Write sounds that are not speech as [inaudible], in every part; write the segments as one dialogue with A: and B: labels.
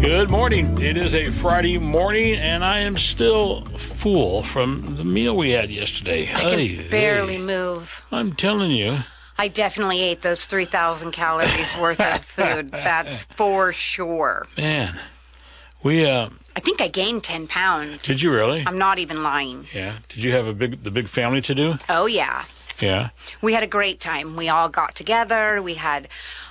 A: Good morning. It is a Friday morning, and I am still full from the meal we had yesterday.
B: I can barely move.
A: I'm telling you.
B: I definitely ate those 3,000 calories
A: [laughs]
B: worth of food. That's for sure.
A: Man, we uh,
B: I think I gained 10 pounds.
A: did you really?
B: I'm not even lying.
A: yeah. Did you have a big the big family to do?
B: Oh, yeah.
A: Yeah.
B: We had a great time. We all got together. We had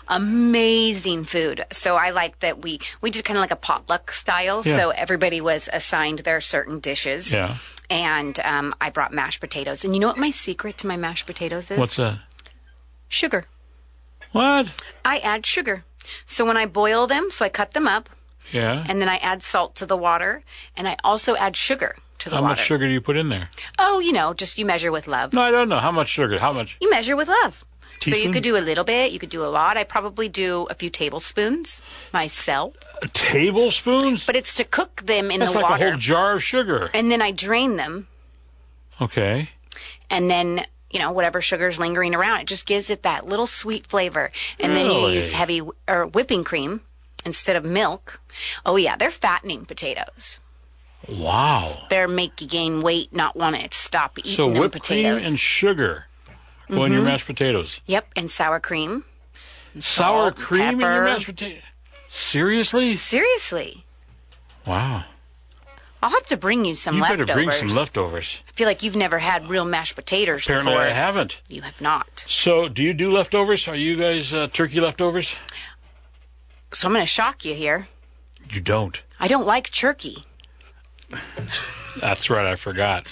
B: amazing food. So I like that we we did kind of like a potluck style.
A: Yeah.
B: So everybody was assigned their certain dishes.
A: Yeah.
B: And um, I brought mashed potatoes. And you know what my secret to my mashed potatoes is?
A: What's that?
B: sugar?
A: What?
B: I add sugar. So when I boil them, so I cut them up,
A: Yeah.
B: and then I add salt to the water, and I also add sugar to the
A: how
B: water.
A: much sugar do you put in there?
B: Oh, you know, just you measure with love.
A: No, I don't know. How much sugar? How much?
B: You measure with love. So
A: Teaspoon?
B: you could do a little bit, you could do a lot. I probably do a few tablespoons myself,
A: Tablespoons?
B: but it's to cook them in
A: That's
B: the
A: like
B: water.
A: a whole jar of sugar.
B: and then I drain them,
A: Okay.
B: and then you know whatever sugar's lingering around, it just gives it that little sweet flavor. And then you
A: Really?
B: use heavy or whipping cream instead of milk. Oh yeah, they're fattening potatoes.
A: Wow.
B: They're make you gain weight, not want to stop eating
A: So
B: them
A: whipped
B: potatoes. Mm-hmm.
A: cream and sugar go in your mashed potatoes.
B: yep, and sour cream.
A: Sour
B: Salt,
A: cream in your
B: pepper.
A: mashed potatoes. Seriously?
B: Seriously,
A: Wow.
B: I'll have to bring you some
A: You
B: leftovers.
A: better bring some leftovers.
B: I feel like you've never had real mashed potatoes
A: Apparently,
B: before.
A: I haven't.
B: You have not.
A: So, do you do leftovers? Are you guys uh, turkey leftovers?
B: So I'm going to shock you here.
A: You don't.
B: I don't like turkey.
A: That's right. I [laughs] forgot.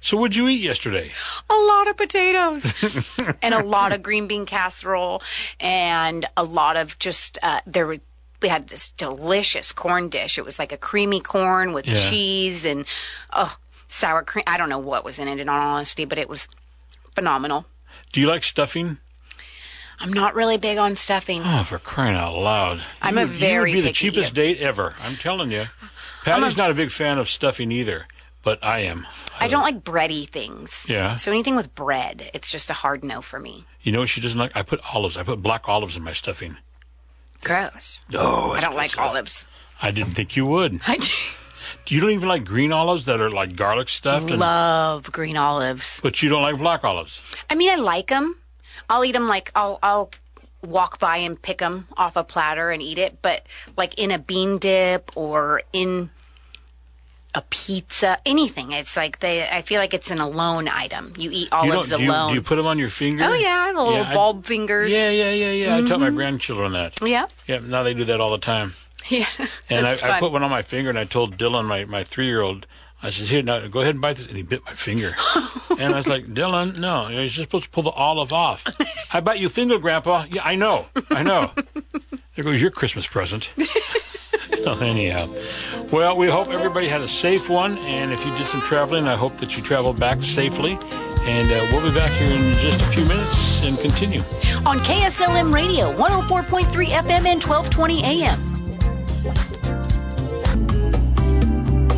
A: so, what'd you eat yesterday?
B: A lot of potatoes
A: [laughs]
B: and a lot of green bean casserole and a lot of just uh, there were. We had this delicious corn dish. It was like a creamy corn with
A: Yeah.
B: cheese and oh, sour cream. I don't know what was in it, in all honesty, but it was phenomenal.
A: Do you like stuffing?
B: I'm not really big on stuffing.
A: Oh, for crying out loud!
B: I'm
A: you,
B: a very
A: you would be the
B: picky
A: cheapest date ever. I'm telling you. Patty's not a big fan of stuffing either, but I am.
B: I don't like bready things.
A: Yeah.
B: So anything with bread, it's just a hard no for me.
A: You know what she doesn't like? I put olives. I put black olives in my stuffing.
B: Gross.
A: No,
B: Oh, I don't like olives. [laughs]
A: I didn't think you would.
B: I do
A: You don't even like green olives that are like garlic stuffed, and,
B: love green olives.
A: but you don't like black olives.
B: I mean, I like them. I'll eat them like I'll I'll walk by and pick them off a platter and eat it, but like in a bean dip or in a pizza, anything. It's like they. I feel like it's an alone item. You eat
A: You
B: olives
A: don't, do,
B: alone.
A: You, do you put them on your finger?
B: oh yeah, the little Mm-hmm.
A: Yeah, I-
B: bulb fingers.
A: Yeah, yeah, yeah, yeah. I taught my grandchildren that.
B: Yeah.
A: Yeah, now they do that all the time.
B: [laughs] Yeah.
A: And I,
B: That's
A: I
B: fun.
A: put one on my finger, and I told Dylan, my, my three year old, I says, "Here, now go ahead and bite this," and he bit my
B: [laughs]
A: finger. and I was like, "Dylan, no, you're just supposed to pull the olive
B: [laughs]
A: off." I bite your finger, Grandpa. Yeah, I know, I know. there goes your Christmas
B: [laughs]
A: present. so anyhow, well, we hope everybody had a safe one, and if you did some traveling, I hope that you traveled back safely. And uh, we'll be back here in just a few minutes and continue.
B: on KSLM Radio, 104.3 FM and 1220 AM.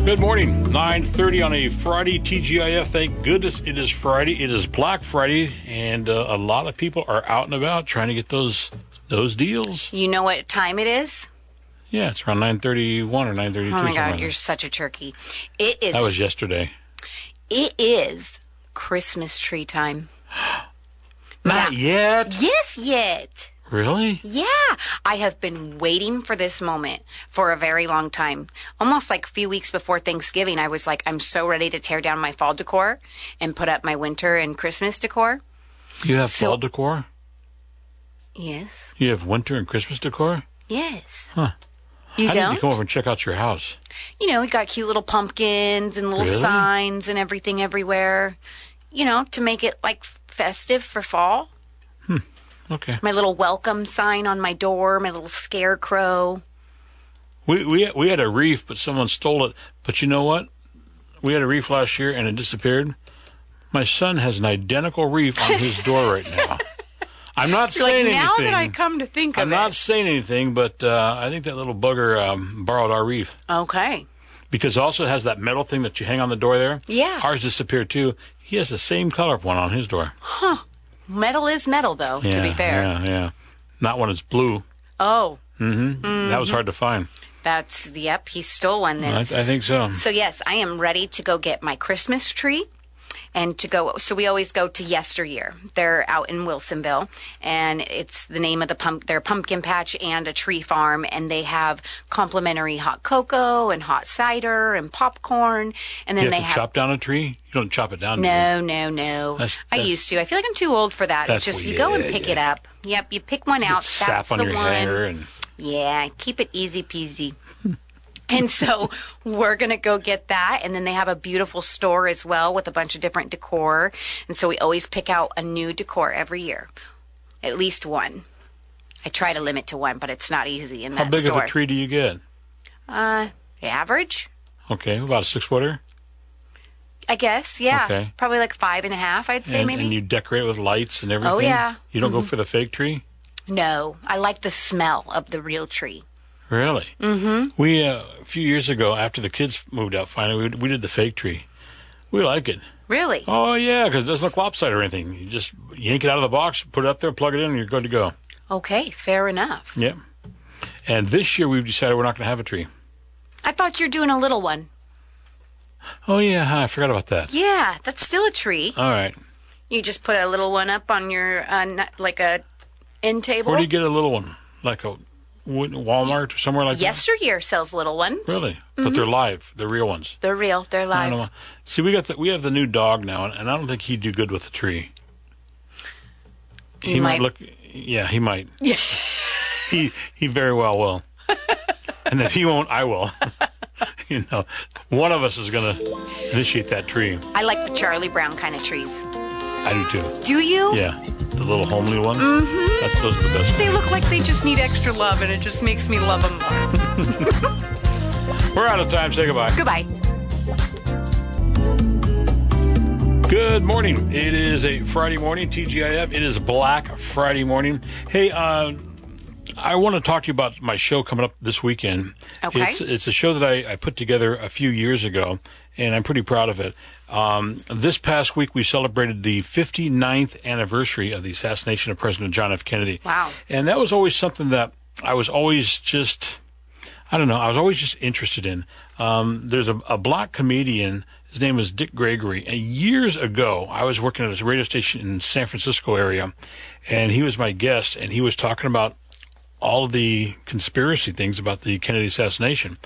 A: Good morning. 9:30 on a Friday TGIF. Thank goodness it is Friday. It is Black Friday and uh, a lot of people are out and about trying to get those those deals.
B: You know what time it is?
A: Yeah, it's around 9:31 or 9:32
B: Oh my
A: somewhere
B: God,
A: in
B: you're
A: there.
B: such a turkey. It is.
A: That was yesterday.
B: it is Christmas tree time.
A: Not yet.
B: Yes, yet.
A: Really?
B: Yeah, I have been waiting for this moment for a very long time. Almost like a few weeks before Thanksgiving, I was like, I'm so ready to tear down my fall decor and put up my winter and Christmas decor.
A: You have
B: So-
A: fall decor?
B: Yes,
A: You have winter and Christmas decor?
B: yes.
A: Huh.
B: You
A: I
B: don't?
A: need to come over and check out your house.
B: you know, we got cute little pumpkins and little
A: Really?
B: signs and everything everywhere, you know, to make it like festive for fall.
A: Okay.
B: My little welcome sign on my door, my little scarecrow.
A: We we we had a reef, but someone stole it. But you know what? We had a reef last year, and it disappeared. My son has an identical reef on his door right
B: [laughs]
A: now. I'm not
B: Like
A: saying
B: now
A: anything.
B: that I come to think
A: I'm
B: of
A: not
B: it.
A: saying anything, but uh, I think that little bugger um, borrowed our reef
B: Okay.
A: because it also has that metal thing that you hang on the door there.
B: Yeah.
A: ours disappeared too. He has the same color one on his door.
B: Metal is metal though, [sighs] to
A: yeah,
B: be fair.
A: yeah, yeah. Not when it's blue.
B: Oh.
A: That
B: Mm-hmm.
A: was hard to find.
B: That's yep. He stole one then.
A: I, I think so.
B: So yes, I am ready to go get my Christmas tree and to go so we always go to yesteryear. They're out in Wilsonville and it's the name of the pump their pumpkin patch and a tree farm and they have complimentary hot cocoa and hot cider and popcorn and then
A: You
B: they
A: have to
B: have
A: chop down a tree. You don't chop it down. do you?
B: no, no, no.
A: That's-
B: I
A: that's-
B: used to. I feel like I'm too old for that. It's
A: That's
B: just you
A: weird.
B: go and
A: Yeah,
B: pick it up. Yep, you pick one out.
A: Sap
B: That's
A: on
B: the
A: your
B: one.
A: hanger and
B: Yeah, keep it easy
A: [laughs]
B: peasy. And so we're going to go get that. And then they have a beautiful store as well with a bunch of different decor. And so we always pick out a new decor every year, at least one. I try to limit to one, but it's not easy in that
A: how big
B: store.
A: of a tree do you get?
B: Uh, average,
A: Okay, about a six footer.
B: I guess. Yeah.
A: Okay.
B: Probably like five and a half, I'd say
A: And,
B: maybe.
A: and you decorate with lights and everything.
B: Oh, yeah. Mm-hmm.
A: You don't go for the fake tree.
B: no, I like the smell of the real tree.
A: Really? Mm-hmm. We uh, a few years ago, after the kids moved out, finally we, we did the fake tree. We like it.
B: Really?
A: Oh yeah, because it doesn't look lopsided or anything. You just yank it out of the box, put it up there, plug it in, and you're good to go.
B: Okay, fair enough.
A: Yep. And this year we've decided we're not going to have a tree.
B: I thought you were doing a little one.
A: Oh yeah, I forgot about that.
B: Yeah, that's still a tree.
A: All right.
B: You just put a little one up on your uh, n- like a end table.
A: Where do you get a little one? Like a wa- Walmart or somewhere like
B: Yesteryear sells little ones.
A: that? Really? Mm-hmm. But they're live. They're real ones.
B: They're real. They're
A: I don't know.
B: live.
A: See, we got the, we have the new dog now, and, and I don't think he'd do good with a tree. He, might.
B: might.
A: look. Yeah, he might. Yeah. [laughs] he he very well [laughs] will. and if he won't, I will. [laughs] you know, one of us is going to initiate that tree.
B: I like the Charlie Brown kind of trees.
A: I do too.
B: Do you?
A: Yeah, the little homely ones. That's those are the best.
B: They look like they just need extra love, and it just makes me love them more.
A: We're out of time. Say goodbye.
B: Goodbye.
A: Good morning. It is a Friday morning, TGIF. It is Black Friday morning. Hey, uh, I want to talk to you about my show coming up this weekend.
B: Okay.
A: It's, it's a show that I, I put together a few years ago, and I'm pretty proud of it. Um, this past week, we celebrated the 59th anniversary of the assassination of President John F. Kennedy.
B: Wow.
A: And that was always something that I was always just. I don't know. I was always just interested in. Um, there's a, a black comedian. His name is Dick Gregory. And years ago, I was working at a radio station in San Francisco area, and he was my guest, and he was talking about all the conspiracy things about the Kennedy assassination.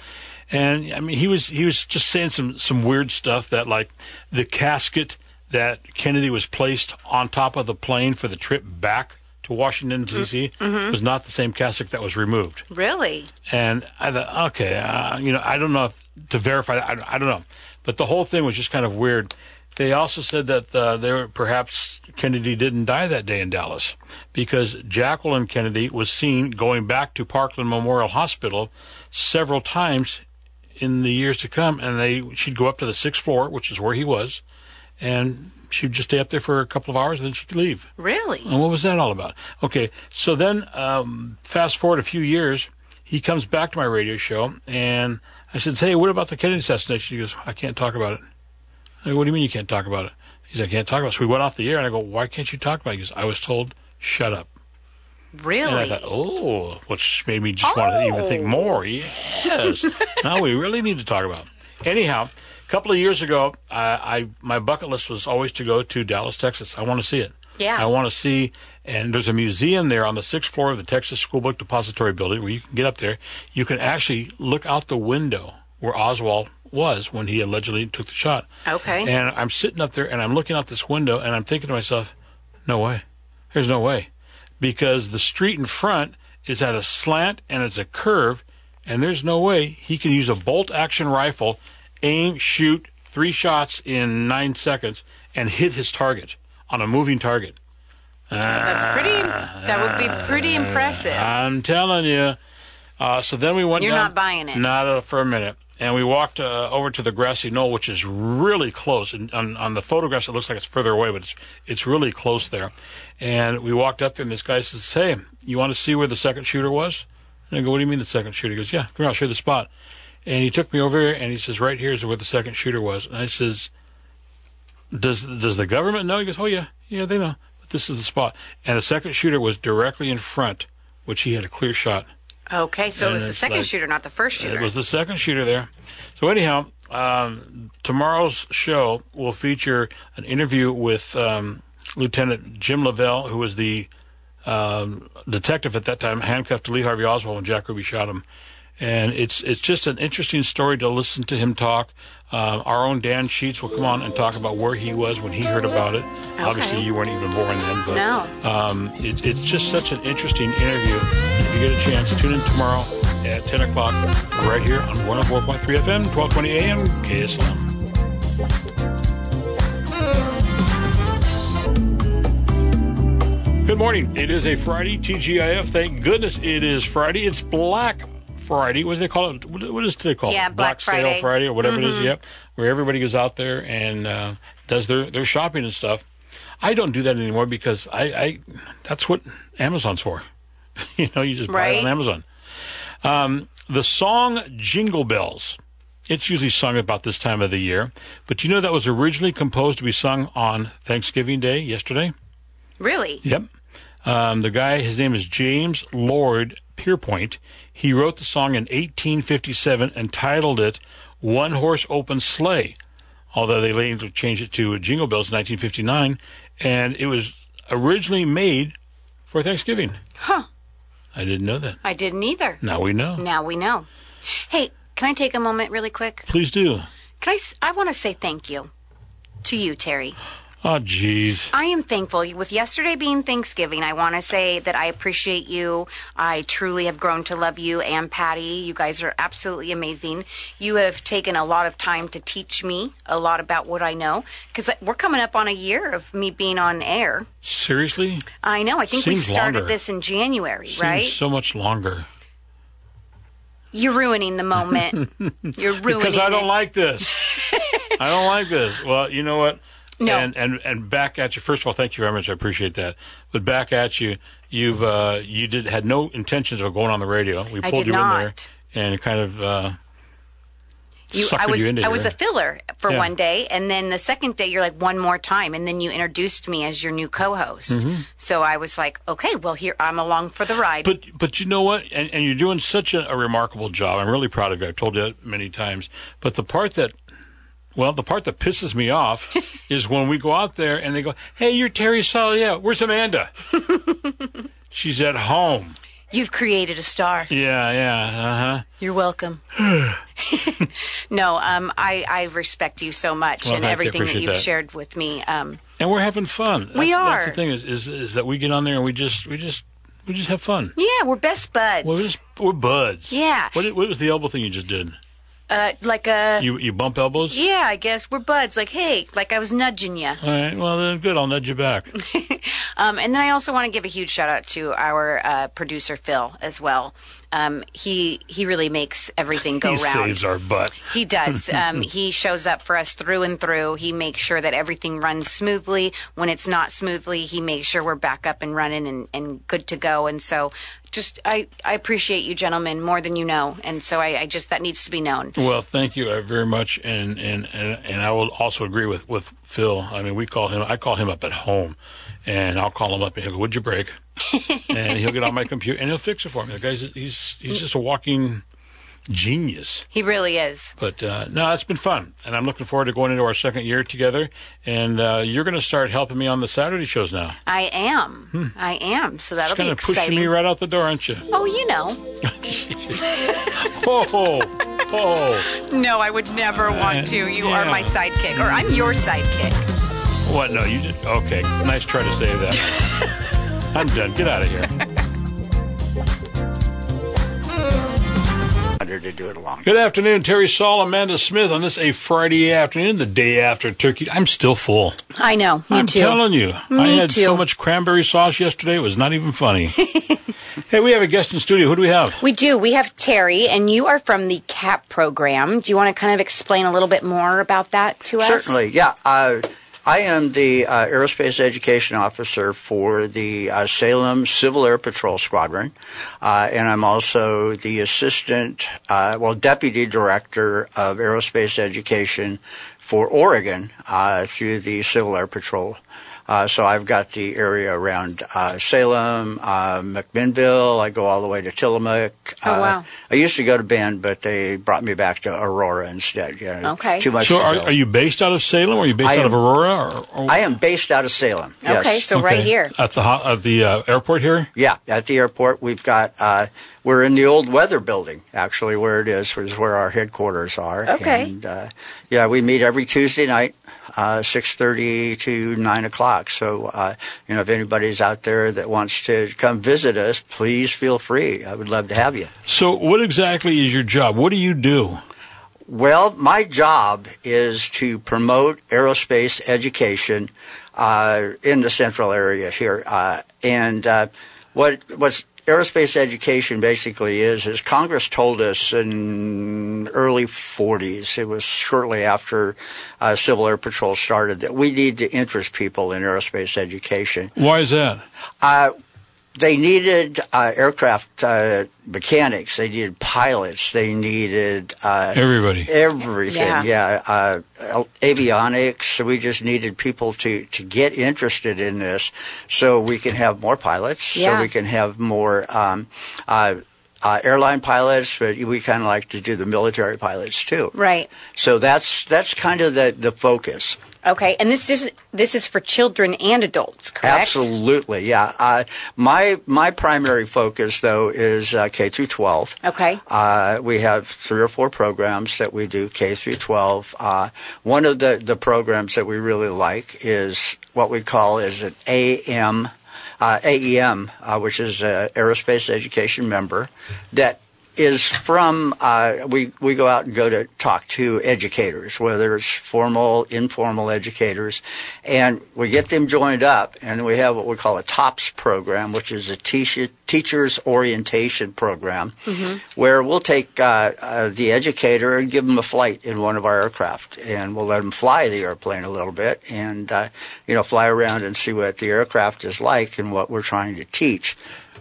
A: And I mean, he was he was just saying some some weird stuff that like the casket that Kennedy was placed on top of the plane for the trip back to Washington D.C. was not the same casket that was removed.
B: Really?
A: And I thought, okay, uh, you know, I don't know if to verify that. I, I don't know. But the whole thing was just kind of weird. They also said that uh, they were, perhaps Kennedy didn't die that day in Dallas because Jacqueline Kennedy was seen going back to Parkland Memorial Hospital several times in the years to come. And they she'd go up to the sixth floor, which is where he was, and she'd just stay up there for a couple of hours and then she'd leave.
B: Really?
A: And what was that all about? Okay, so then um, fast forward a few years, he comes back to my radio show, and I said, "Hey, what about the Kennedy assassination?" He goes, "I can't talk about it." I go, "What do you mean you can't talk about it?" He said, "I can't talk about it." So we went off the air, and I go, "Why can't you talk about it?" He goes, "I was told, shut up." And I
B: Really?
A: thought, "Oh," which made me just want to even think
B: Oh.
A: more.
B: [laughs]
A: Yes, now we really need to talk about. it. Anyhow, a couple of years ago, I, I my bucket list was always to go to Dallas, Texas. I want to see it.
B: Yeah.
A: I want to see. And there's a museum there on the sixth floor of the Texas School Book Depository Building where you can get up there. You can actually look out the window where Oswald was when he allegedly took the shot.
B: Okay.
A: And I'm sitting up there and I'm looking out this window and I'm thinking to myself, no way. There's no way. Because the street in front is at a slant and it's a curve, and there's no way he can use a bolt action rifle, aim, shoot three shots in nine seconds, and hit his target on a moving target.
B: That's pretty. That would be pretty impressive.
A: I'm telling you. Uh, so then we went.
B: You're
A: down-
B: not buying it.
A: Not uh, for a minute. And we walked uh, over to the grassy knoll, which is really close. And on, on the photographs, it looks like it's further away, but it's it's really close there. And we walked up there, and this guy says, "Hey, you want to see where the second shooter was?" And I go, "What do you mean the second shooter?" He goes, "Yeah, come here, I'll show you the spot." And he took me over here, and he says, "Right here is where the second shooter was." And I says, does does the government know? He goes, oh yeah, yeah, they know. But this is the spot, and the second shooter was directly in front, which he had a clear shot.
B: Okay, so it
A: And
B: was the
A: it's
B: second
A: like-
B: shooter, not the first shooter.
A: It was the second shooter there. So anyhow, um, tomorrow's show will feature an interview with um, Lieutenant Jim Lavelle, who was the um, detective at that time, handcuffed to Lee Harvey Oswald when Jack Ruby shot him. And it's it's just an interesting story to listen to him talk. Um our own Dan Sheets will come on and talk about where he was when he heard about it. Obviously, you weren't even born then, but
B: No.
A: um, it, it's just such an interesting interview. If you get a chance, tune in tomorrow at 10 o'clock right here on 104.3 FM, 1220 AM, KSLM. Good morning. It is a Friday, TGIF. Thank goodness it is Friday. It's Black Friday. What do they call it? What what is it they call
B: Yeah,
A: it?
B: Black Friday. Mm-hmm.
A: Sale Friday or whatever it is. Yep, where everybody goes out there and uh, does their their shopping and stuff. I don't do that anymore because I, I that's what Amazon's for. [laughs] you know, you just buy it
B: Right.
A: on Amazon. Um, the song Jingle Bells. It's usually sung about this time of the year, but you know that was originally composed to be sung on Thanksgiving Day yesterday.
B: really?
A: Yep. Um, the guy, his name is James Lord Pierpoint. He wrote the song in 1857 and titled it One Horse Open Sleigh, although they later changed it to Jingle Bells in 1959. And it was originally made for Thanksgiving.
B: Huh.
A: I didn't know that.
B: I didn't either.
A: Now we know.
B: Now we know. Hey, can I take a moment really quick?
A: Please do.
B: Can I? s- I want to say thank you to you, Terry.
A: Oh, jeez.
B: I am thankful. With yesterday being Thanksgiving, I want to say that I appreciate you. I truly have grown to love you and Patty. You guys are absolutely amazing. You have taken a lot of time to teach me a lot about what I know because we're coming up on a year of me being on air.
A: Seriously?
B: I know. I think we
A: Seems
B: started
A: longer.
B: this in January,
A: Seems
B: right?
A: so much longer.
B: You're ruining
A: [laughs]
B: the moment. You're ruining
A: because I don't
B: it.
A: like this.
B: [laughs]
A: I don't like this. Well, you know what?
B: No.
A: And, and and back at you. First of all, thank you very much. I appreciate that. But back at you. You've uh, you did had no intentions of going on the radio. We
B: I
A: pulled
B: did
A: you
B: not.
A: in there and kind of uh,
B: You,
A: suckered
B: I was
A: you into
B: I was
A: here.
B: a filler for
A: Yeah.
B: one day, and then the second day you're like one more time, and then you introduced me as your new co-host. So I was like, okay, well here I'm along for the ride.
A: Mm-hmm. But but you know what? And, and you're doing such a, a remarkable job. I'm really proud of you. I've told you that many times. But the part that, well, the part that pisses me off
B: [laughs]
A: is when we go out there and they go, "Hey, you're Terry Salia. Where's
B: [laughs]
A: Amanda? She's at home.
B: You've created a star.
A: Yeah, yeah, uh huh. [sighs]
B: You're welcome. [laughs] no, um, I I respect you so much
A: Well,
B: and
A: thank you.
B: everything that
A: Appreciate
B: you've
A: that.
B: shared with me. Um,
A: And we're having fun. That's-
B: We
A: That's
B: are.
A: the thing is, is is that we get on there and we just we just we just have fun.
B: yeah, we're best buds.
A: We're just we're buds.
B: Yeah.
A: What, what was the elbow thing you just did?
B: uh, like a
A: You you bump elbows?
B: yeah, I guess we're buds. Like hey, like I was nudging you.
A: All right. Well, then good. I'll nudge you back.
B: [laughs] Um, and then I also want to give a huge shout out to our uh, producer Phil as well. Um, he he really makes everything go
A: he
B: round.
A: saves our butt.
B: [laughs] He
A: [laughs]
B: does. Um, he shows up for us through and through. He makes sure that everything runs smoothly. When it's not smoothly, he makes sure we're back up and running and, and good to go. And so, just I, I appreciate you, gentlemen, more than you know. And so, I, I just that needs to be known.
A: Well, thank you uh, very much, and and and, and I will also agree with with Phil. I mean, we call him. I call him up at home, and I'll call him up and he'll go, "Would you
B: [laughs]
A: break?" and he'll get on my computer and he'll fix it for me. The guy's he's he's just a walking genius.
B: He really is.
A: But uh, no, it's been fun, and I'm looking forward to going into our second year together. And uh, you're going to start helping me on the Saturday shows now.
B: I am. I am. So that'll be
A: Kind of Hmm. pushing
B: exciting.
A: me right out the door, aren't you?
B: oh, you know.
A: Oh, oh,
B: No, I would never want to. You are
A: Uh, yeah.
B: my sidekick, or I'm your sidekick.
A: what? No, you did. Okay, nice try to save that.
B: [laughs]
A: I'm done. Get out of here.
C: harder to do it alone.
A: Good afternoon, Terry Saul, Amanda Smith. On this a Friday afternoon, the day after Turkey. I'm still full.
B: I know. Me
A: I'm
B: too.
A: telling you, I
B: Me
A: had so
B: too.
A: much cranberry sauce yesterday; it was not even funny.
B: [laughs]
A: hey, we have a guest in studio. Who do we have?
B: We do. We have Terry, and you are from the CAP program. Do you want to kind of explain a little bit more about that to us?
C: Certainly, yeah. Uh, I am the uh, Aerospace Education Officer for the uh, Salem Civil Air Patrol Squadron, uh, and I'm also the Assistant, uh, well, Deputy Director of Aerospace Education for Oregon uh, through the Civil Air Patrol Uh, so I've got the area around uh, Salem, uh, McMinnville. I go all the way to Tillamook.
B: Oh,
C: Uh,
B: wow.
C: I used to go to Bend, but they brought me back to Aurora instead. You know,
B: Okay.
C: Too much.
A: So
C: to
A: are,
C: go.
A: are you based out of Salem? Or are you based
C: I
A: out of
C: am-
A: Aurora? Or, or-
C: I am based out of Salem. Yes.
B: Okay, so
A: Okay.
B: right here.
A: at the ho- at the uh, airport here.
C: Yeah, at the airport, we've got, uh, we're in the old weather building, actually, where it is, is where our headquarters are.
B: Okay.
C: And, uh, yeah, we meet every Tuesday night, uh, 6.30 to 9 o'clock. So, uh, you know, if anybody's out there that wants to come visit us, please feel free. I would love to have you.
A: So what exactly is your job? What do you do?
C: Well, my job is to promote aerospace education uh, in the central area here, uh, and uh, what what's aerospace education basically is is Congress told us in early 40s. It was shortly after uh, Civil Air Patrol started that we need to interest people in aerospace education.
A: Why is that?
C: Uh, they needed uh, aircraft uh, mechanics. They needed pilots. They needed uh,
A: Everybody.
C: Everything,
B: Yeah.
C: yeah. Uh, al- avionics. We just needed people to, to get interested in this, so we can have more pilots.
B: Yeah.
C: So we can have more um, uh, uh, airline pilots, but we kind of like to do the military pilots too.
B: Right.
C: So that's that's kind of the the focus.
B: Okay. And this is this is for children and adults, correct?
C: Absolutely, yeah. Uh, my my primary focus though is uh, K through twelve.
B: Okay.
C: Uh, we have three or four programs that we do K through 12. Uh, one of the, the programs that we really like is what we call is an AM, uh, AEM, uh, which is an aerospace education member that is from uh, we we go out and go to talk to educators, whether it's formal, informal educators, and we get them joined up, and we have what we call a TOPS program, which is a teacher, teachers orientation program, where we'll take uh, uh, the educator and give them a flight in one of our aircraft, and we'll let them fly the airplane a little bit, and uh, you know fly around and see what the aircraft is like and what we're trying to teach.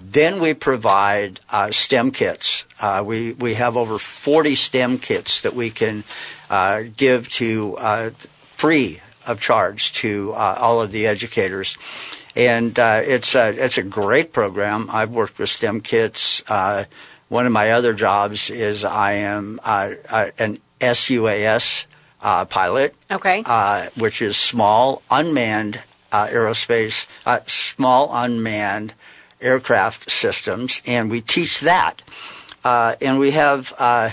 C: Then we provide uh, STEM kits. Uh, we we have over 40 STEM kits that we can uh, give to uh, free of charge to uh, all of the educators. And uh, it's a, it's a great program. I've worked with STEM kits. Uh, one of my other jobs is I am uh, uh, an SUAS uh, pilot,
B: Okay.
C: uh, which is small unmanned uh, aerospace, uh, small unmanned aircraft systems, and we teach that. Uh, and we have, uh,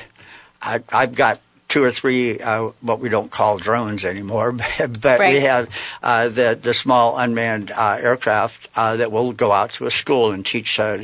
C: I, I've got two or three uh, what we don't call drones anymore, [laughs] but, but we
B: Right.
C: have uh, the the small unmanned uh, aircraft uh, that will go out to a school and teach uh,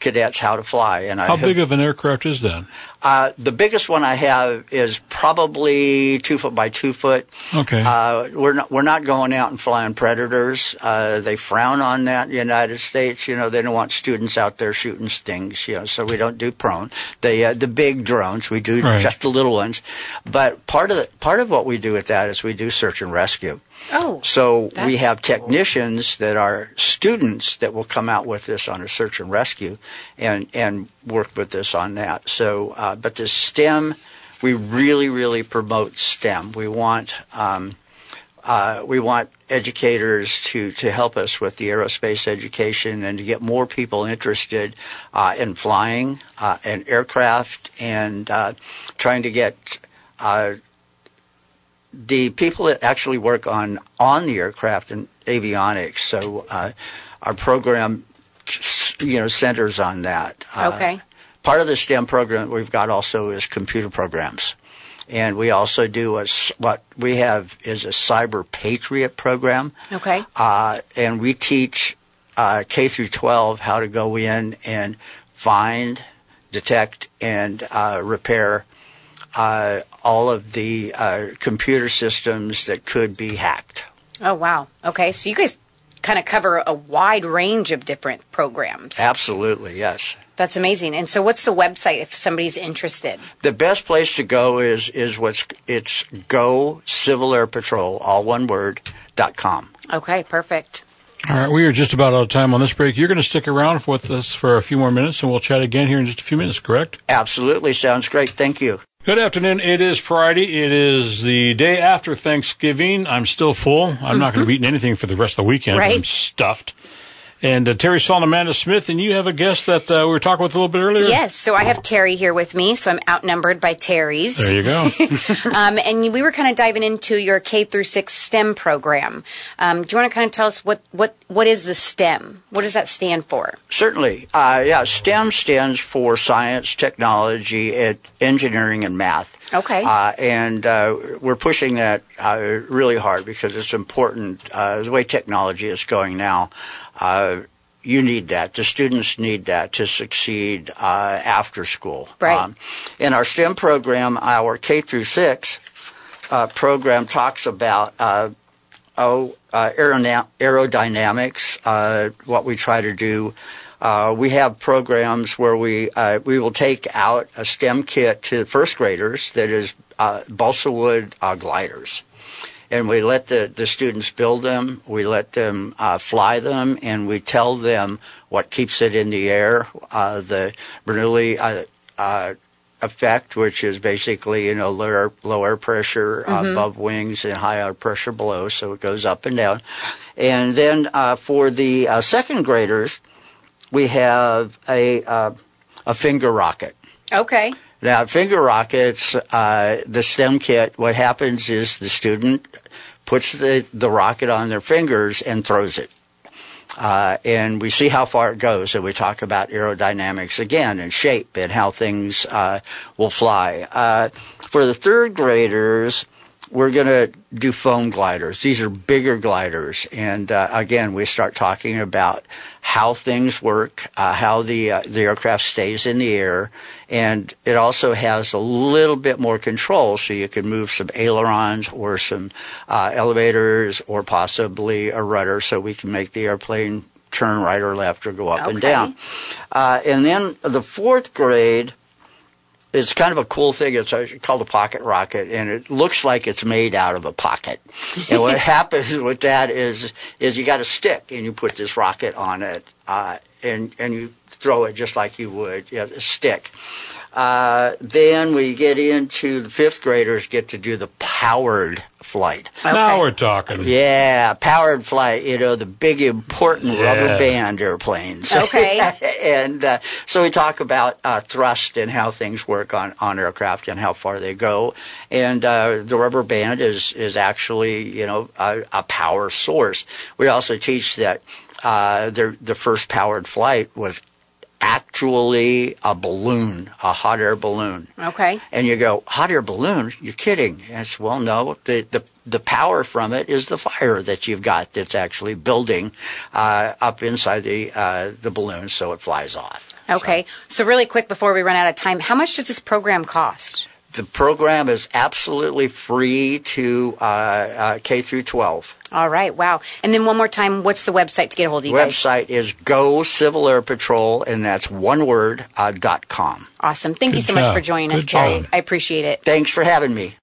C: cadets how to fly. And I
A: How
C: have-
A: big of an aircraft is that?
C: uh, the biggest one I have is probably two foot by two foot.
A: Okay.
C: Uh, we're not we're not going out and flying predators. Uh, they frown on that in the United States. You know they don't want students out there shooting stings. You know, so we don't do prone. The uh, the big drones we do
A: Right.
C: just the little ones. But part of the, part of what we do with that is we do search and rescue.
B: oh.
C: So we
B: That's
C: have technicians that are students that will come out with this on a search and rescue, and and work with this on that. So, uh, but the STEM, we really really promote STEM. We want. Um, uh, we want educators to, to help us with the aerospace education and to get more people interested uh, in flying uh, and aircraft and uh, trying to get uh, the people that actually work on on the aircraft and avionics. So uh, our program, you know, centers on that. Uh,
B: Okay.
C: Part of the STEM program we've got also is computer programs, and we also do a s what we have is a cyber patriot program
B: Okay.
C: uh, and we teach uh, K through 12 how to go in and find, detect, and uh, repair uh, all of the uh, computer systems that could be hacked.
B: Oh wow. Okay. So you guys kind of cover a wide range of different programs.
C: Absolutely, yes.
B: That's amazing. And so what's the website if somebody's interested?
C: The best place to go is is what's it's go civil air patrol all one word dot com.
B: Okay, perfect.
A: All right, we are just about out of time on this break. You're going to stick around with us for a few more minutes, and we'll chat again here in just a few minutes, correct?
C: Absolutely sounds great. Thank you.
A: Good afternoon. It is Friday. It is the day after Thanksgiving. I'm still full. I'm not going to be eating anything for the rest of the weekend.
B: Mm-hmm. Right.
A: I'm stuffed. And uh, Terry Saul and Amanda Smith, and you have a guest that uh, we were talking with a little bit earlier.
B: Yes, so I have Terry here with me, so I'm outnumbered by Terry's.
A: There you
B: [laughs]
A: go.
B: Um, and we were kind of diving into your K through six STEM program. Um, do you want to kind of tell us what, what, what is the STEM? What does that stand for?
C: Certainly. Uh, yeah, STEM stands for science, technology, ed- engineering, and math.
B: Okay.
C: Uh, and uh, we're pushing that uh, really hard because it's important. Uh, the way technology is going now, uh, you need that. The students need that to succeed uh, after school. Um,
B: Right.
C: in our STEM program, our K through six uh, program talks about uh, oh, uh, aerona- aerodynamics, uh, what we try to do. Uh, we have programs where we uh, we will take out a STEM kit to first graders that is uh, balsa wood uh, gliders, and we let the, the students build them. We let them uh, fly them, and we tell them what keeps it in the air. Uh, the Bernoulli uh, uh, effect, which is basically you know lower low air pressure uh, above wings and high air pressure below, so it goes up and down. And then uh, for the uh, second graders, we have a uh, a finger rocket.
B: Okay.
C: Now, finger rockets, uh, the STEM kit, what happens is the student puts the, the rocket on their fingers and throws it. Uh, and we see how far it goes, and we talk about aerodynamics again and shape and how things uh, will fly. Uh, for the third graders, we're going to do foam gliders. These are bigger gliders. And uh, again, we start talking about how things work, uh, how the, uh, the aircraft stays in the air. And it also has a little bit more control, so you can move some ailerons or some uh, elevators or possibly a rudder so we can make the airplane turn right or left or go up and
B: Okay.
C: down. Uh, and then the fourth grade it's kind of a cool thing. It's uh, called a pocket rocket, and it looks like it's made out of a pocket. and what happens with that is is you got a stick and you put this rocket on it, uh, and and you throw it just like you would you know, a stick. Uh, then we get into the fifth graders get to do the powered flight.
A: Now we're talking.
C: Yeah, powered flight. You know the big important
A: Yeah.
C: rubber band airplanes.
B: Okay.
C: [laughs] and uh, so we talk about uh, thrust and how things work on, on aircraft and how far they go. And uh, the rubber band is is actually you know a, a power source. We also teach that uh, their the first powered flight was actually a balloon, a hot air balloon.
B: Okay.
C: And you go, hot air balloon? You're kidding. And it's, well, no, the, the, the power from it is the fire that you've got that's actually building uh, up inside the, uh, the balloon so it flies off.
B: Okay. So, really quick before we run out of time, how much does this program cost?
C: The program is absolutely free to uh, uh, K through 12.
B: All right. Wow. And then one more time, what's the website to get a hold of you guys?
C: Website is Go Civil Air Patrol, and that's one word uh, dot com.
B: Awesome. Thank you
A: Good
B: so much
A: job.
B: for joining us,
A: Good
B: Terry.
A: job.
B: I appreciate it.
C: Thanks for having me.